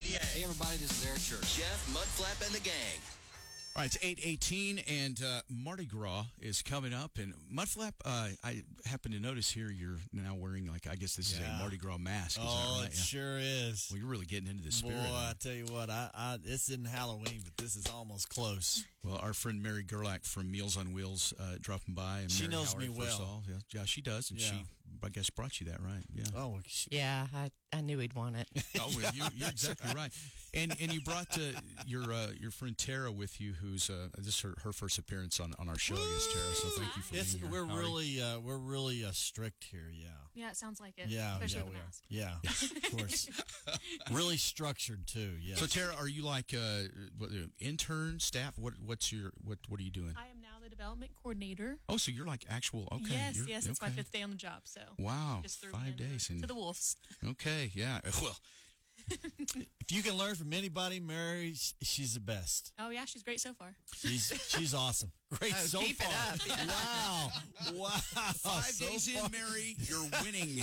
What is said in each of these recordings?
Hey, everybody, this is Eric Church. Jeff, Mudflap, and the gang. All right, it's eight eighteen, and uh, Mardi Gras is coming up. And Mudflap, uh, I happen to notice here you're now wearing like I guess this is a Yeah. Mardi Gras mask. Is Oh, that it right? Yeah. sure is. Well, you're really getting into the spirit. Boy, of I it. tell you what, I, I this isn't Halloween, but this is almost close. Well, our friend Mary Gerlach from Meals on Wheels uh, dropping by, and She Mary knows Howard, me first of well. all. Yeah, yeah, she does, and Yeah. she I guess brought you that, right? Yeah. Oh, sh- Yeah, I, I knew he'd want it. Oh, well, you, you're exactly right. And and you brought uh, your uh, your friend Tara with you, who's uh, this is her, her first appearance on, on our show, I guess, Tara. So thank you for it's, being here. we're How are you? really uh, we're really uh, strict here. Yeah, Yeah, it sounds like it. yeah, especially yeah, with we the are. mask. Yeah, of course. really structured too. Yeah. So Tara, are you like uh, what, uh, intern staff? What what's your what what are you doing? I am now the development coordinator. oh, so you're like actual okay. yes, you're- yes, it's my okay. fifth day on the job. So Wow, just threw me five in there. days and- to the wolves. Okay, yeah. Well, if you can learn from anybody, Mary, sh- she's the best. Oh yeah, she's great so far. She's she's awesome. Great so keep it far. Wow, wow. five so days far. in, Mary, you're winning.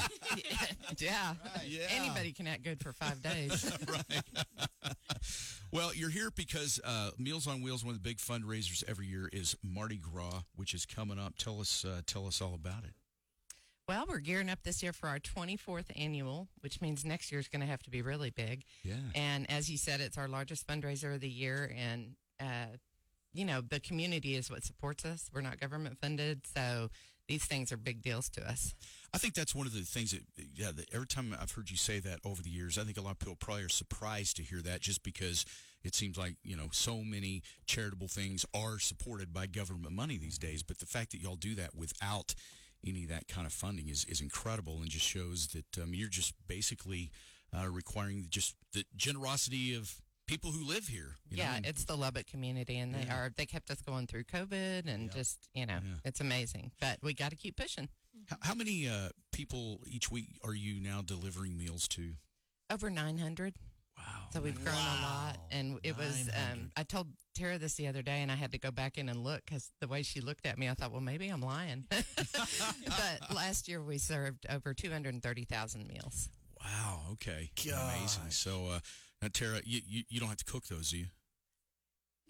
yeah. Yeah. Anybody can act good for five days. Well, you're here because uh, Meals on Wheels, one of the big fundraisers every year, is Mardi Gras, which is coming up. Tell us, uh, tell us all about it. well, we're gearing up this year for our 24th annual, which means next year's going to have to be really big. Yeah. And as you said, it's our largest fundraiser of the year. And, uh, you know, the community is what supports us. We're not government funded. So these things are big deals to us. I think that's one of the things that, yeah, that every time I've heard you say that over the years, I think a lot of people probably are surprised to hear that just because it seems like, you know, so many charitable things are supported by government money these days. But the fact that y'all do that without any of that kind of funding is, is incredible and just shows that um, you're just basically uh, requiring just the generosity of people who live here. you know, yeah, and- it's the Lubbock community, and they are they kept us going through COVID, and just you know, it's amazing. But we got to keep pushing. How, how many uh, people each week are you now delivering meals to? Over nine hundred. Wow. So we've grown a lot, and it was. Um, I told Tara this the other day, and I had to go back in and look because the way she looked at me, I thought, well, maybe I'm lying. but last year we served over two hundred and thirty thousand meals. Wow. Okay. Amazing. So, uh, now Tara, you, you, you don't have to cook those, do you?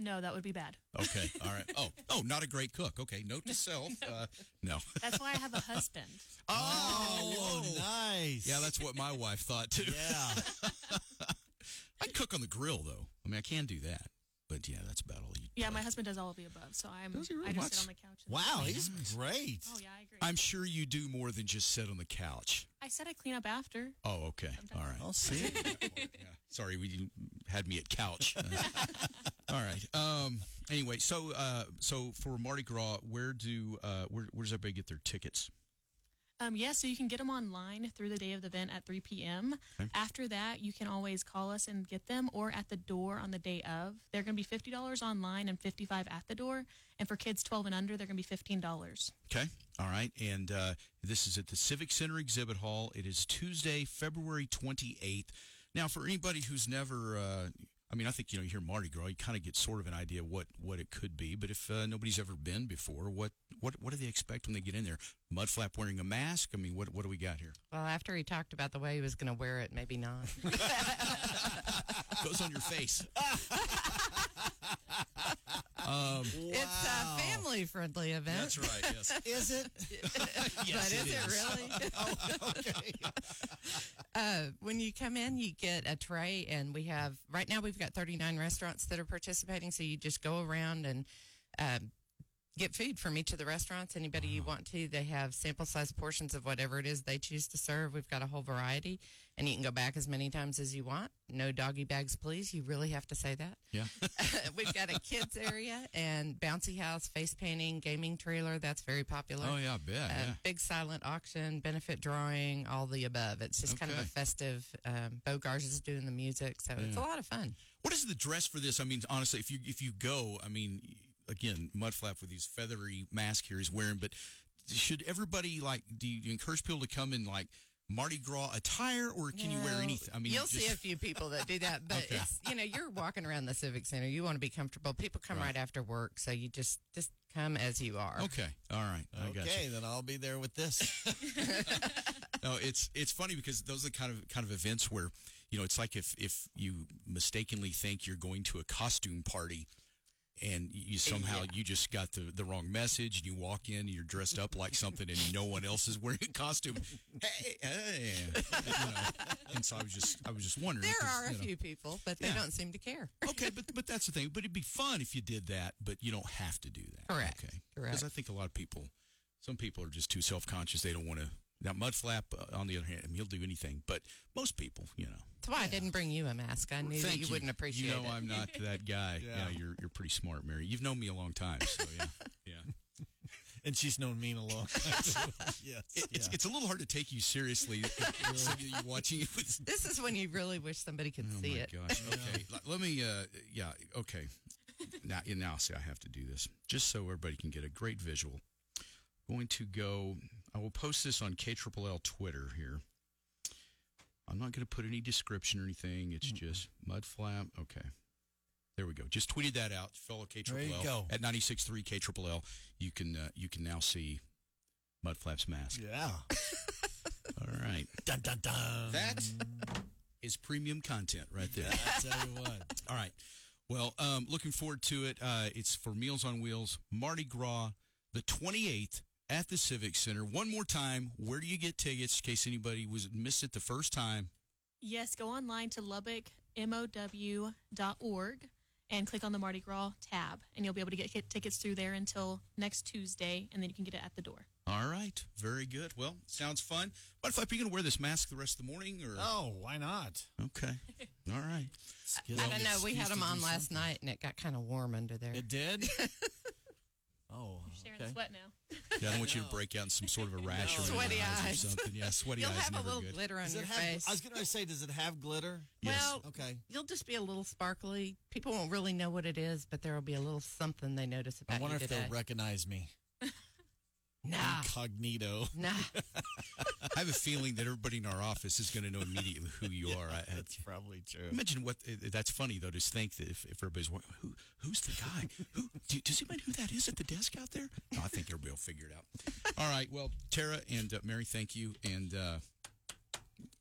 No, that would be bad. Okay. All right. Oh, oh, not a great cook. Okay. Note to self. Uh, no. That's why I have a husband. Oh, nice. Yeah, that's what my wife thought too. yeah. I cook on the grill though. I mean, I can do that. But yeah, that's about all you. Yeah, my husband does all of the above. So I'm. Does he really? I just What's- sit on the couch. and- Wow, he's great. Oh yeah, I agree. I'm sure you do more than just sit on the couch. I said I clean up after. Oh, okay. All right. I'll see. Yeah. Sorry, we didn't- had me at couch. Uh, all right. Um. Anyway, so uh, so for Mardi Gras, where do uh, where where does everybody get their tickets? Um, yeah, so you can get them online through the day of the event at 3 p.m. After that, you can always call us and get them or at the door on the day of. They're going to be $50 online and 55 at the door. And for kids 12 and under, they're going to be $15. Okay. All right. And uh, this is at the Civic Center Exhibit Hall. It is Tuesday, February 28th. Now, for anybody who's never, uh, I mean, I think, you know, you hear Mardi Gras, you kind of get sort of an idea what, what it could be. But if uh, nobody's ever been before, what, what, what do they expect when they get in there? Mudflap wearing a mask? I mean, what, what do we got here? Well, after he talked about the way he was going to wear it, maybe not. Goes on your face. Um, It's a family friendly event. Um, right. Yes. Is it? but is it really? Okay. uh, when you come in, you get a tray, and we have right now we've got 39 restaurants that are participating. So you just go around and um, get food from each of the restaurants. Anybody you want to, they have sample size portions of whatever it is they choose to serve. We've got a whole variety, and you can go back as many times as you want. No doggy bags, please. You really have to say that. Yeah. We've got a kids area and bouncy house, face painting, gaming trailer. That's very popular. Oh, yeah, I bet. Uh, yeah. Big silent auction, benefit drawing, all the above. It's just kind of a Okay. Mm. festive. Um, Bo Garz is doing the music, so it's a lot of fun. What is the dress for this? I mean, honestly, if you if you go, I mean, again, Mudflap with these feathery mask here is wearing, but should everybody like? Do you encourage people to come in like Mardi Gras attire, or can you wear Well, anything? I mean, you'll just- see a few people that do that, but Okay. it's you know you're walking around the civic center. You want to be comfortable. People come right, after work, so you just just come as you are. Okay, all right, I got you. Okay, then I'll be there with this. No, it's it's funny because those are the kind of kind of events where you know it's like if if you mistakenly think you're going to a costume party. And you somehow you just got the, the wrong message, and you walk in, and you're dressed up like something, and no one else is wearing a costume. Hey, hey, you know. and so I was just I was just wondering. There 'cause, are a you know, few people, but they Yeah. don't seem to care. Okay, but but that's the thing. But it'd be fun if you did that, but you don't have to do that. Correct, Okay. correct. Because I think a lot of people, some people are just too self conscious. They don't want to. Now Mudflap, uh, on the other hand, I mean, he'll do anything. But most people, you know. That's why I didn't bring you a mask. I knew that Thank you, wouldn't appreciate You know, it. I'm not that guy. yeah. Yeah. you're you're pretty smart, Mary. You've known me a long time, so yeah, yeah. and she's known me in a long time. so, yes. It, it's yeah. it's a little hard to take you seriously. so you watching it with. This is when you really wish somebody could Oh see my it. gosh. Okay. L- Let me uh yeah, okay. Now yeah, now see I have to do this. Just so everybody can get a great visual. Going to go I will post this on KLLL Twitter here. I'm not going to put any description or anything. It's just mud flap. Okay. There we go. Just tweeted that out, fellow KLLL. There you go. At 96.3 KLLL, you can uh, you can now see Mudflap's mask. yeah. All right. Dun, dun, dun. That is premium content right there. I tell you what. All right. Well, um, looking forward to it. Uh, it's for Meals on Wheels, Mardi Gras, the 28th at the Civic Center. One more time, where do you get tickets in case anybody was missed it the first time? Yes, go online to lubbockmow.org and click on the Mardi Gras tab, and you'll be able to get hit- tickets through there until next Tuesday, and then you can get it at the door. All right. Very good. Well, sounds fun. What if I are you going to wear this mask the rest of the morning or Oh, why not? Okay. All right. I don't know. We had them on last night, and it got kind of warm under there. It did? oh. Sharing Okay. the sweat now. Yeah, I don't want you to break out in some sort of a rash or, Sweaty eyes eyes. or something. Yeah, sweaty You'll eyes have a never little good. glitter on Does your it have, face. I was going to say, does it have glitter? Yes. Well, Okay. you'll just be a little sparkly. People won't really know what it is, but there will be a little something they notice about I wonder you if today. they'll recognize me. nah, Incognito. nah. I have a feeling that everybody in our office is going to know immediately who you are. I, I, That's probably true. Imagine what uh, that's funny though. Just think that if, if everybody's wondering, who who's the guy? Who do, does anybody know who that is at the desk out there? No, I think everybody will figure it out. All right. Well, Tara and uh, Mary, thank you, and uh,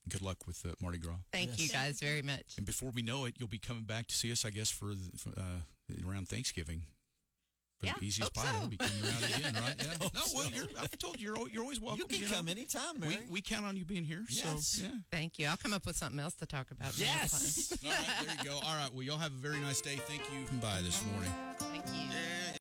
good luck with uh, Mardi Gras. Thank you guys very much. And before we know it, you'll be coming back to see us, I guess, for, the- for uh, around Thanksgiving. For Yeah, the easy hope spot, so. I'll be coming around again, right? Yeah. Hope No, well, so. you're, I've told you, you're, al- you're always welcome. You can know? come anytime, We, Mary. we count on you being here. Yes. So, yeah. Thank you. I'll come up with something else to talk about. yes. All right, there you go. All right, well, y'all have a very nice day. Thank you. Bye this morning.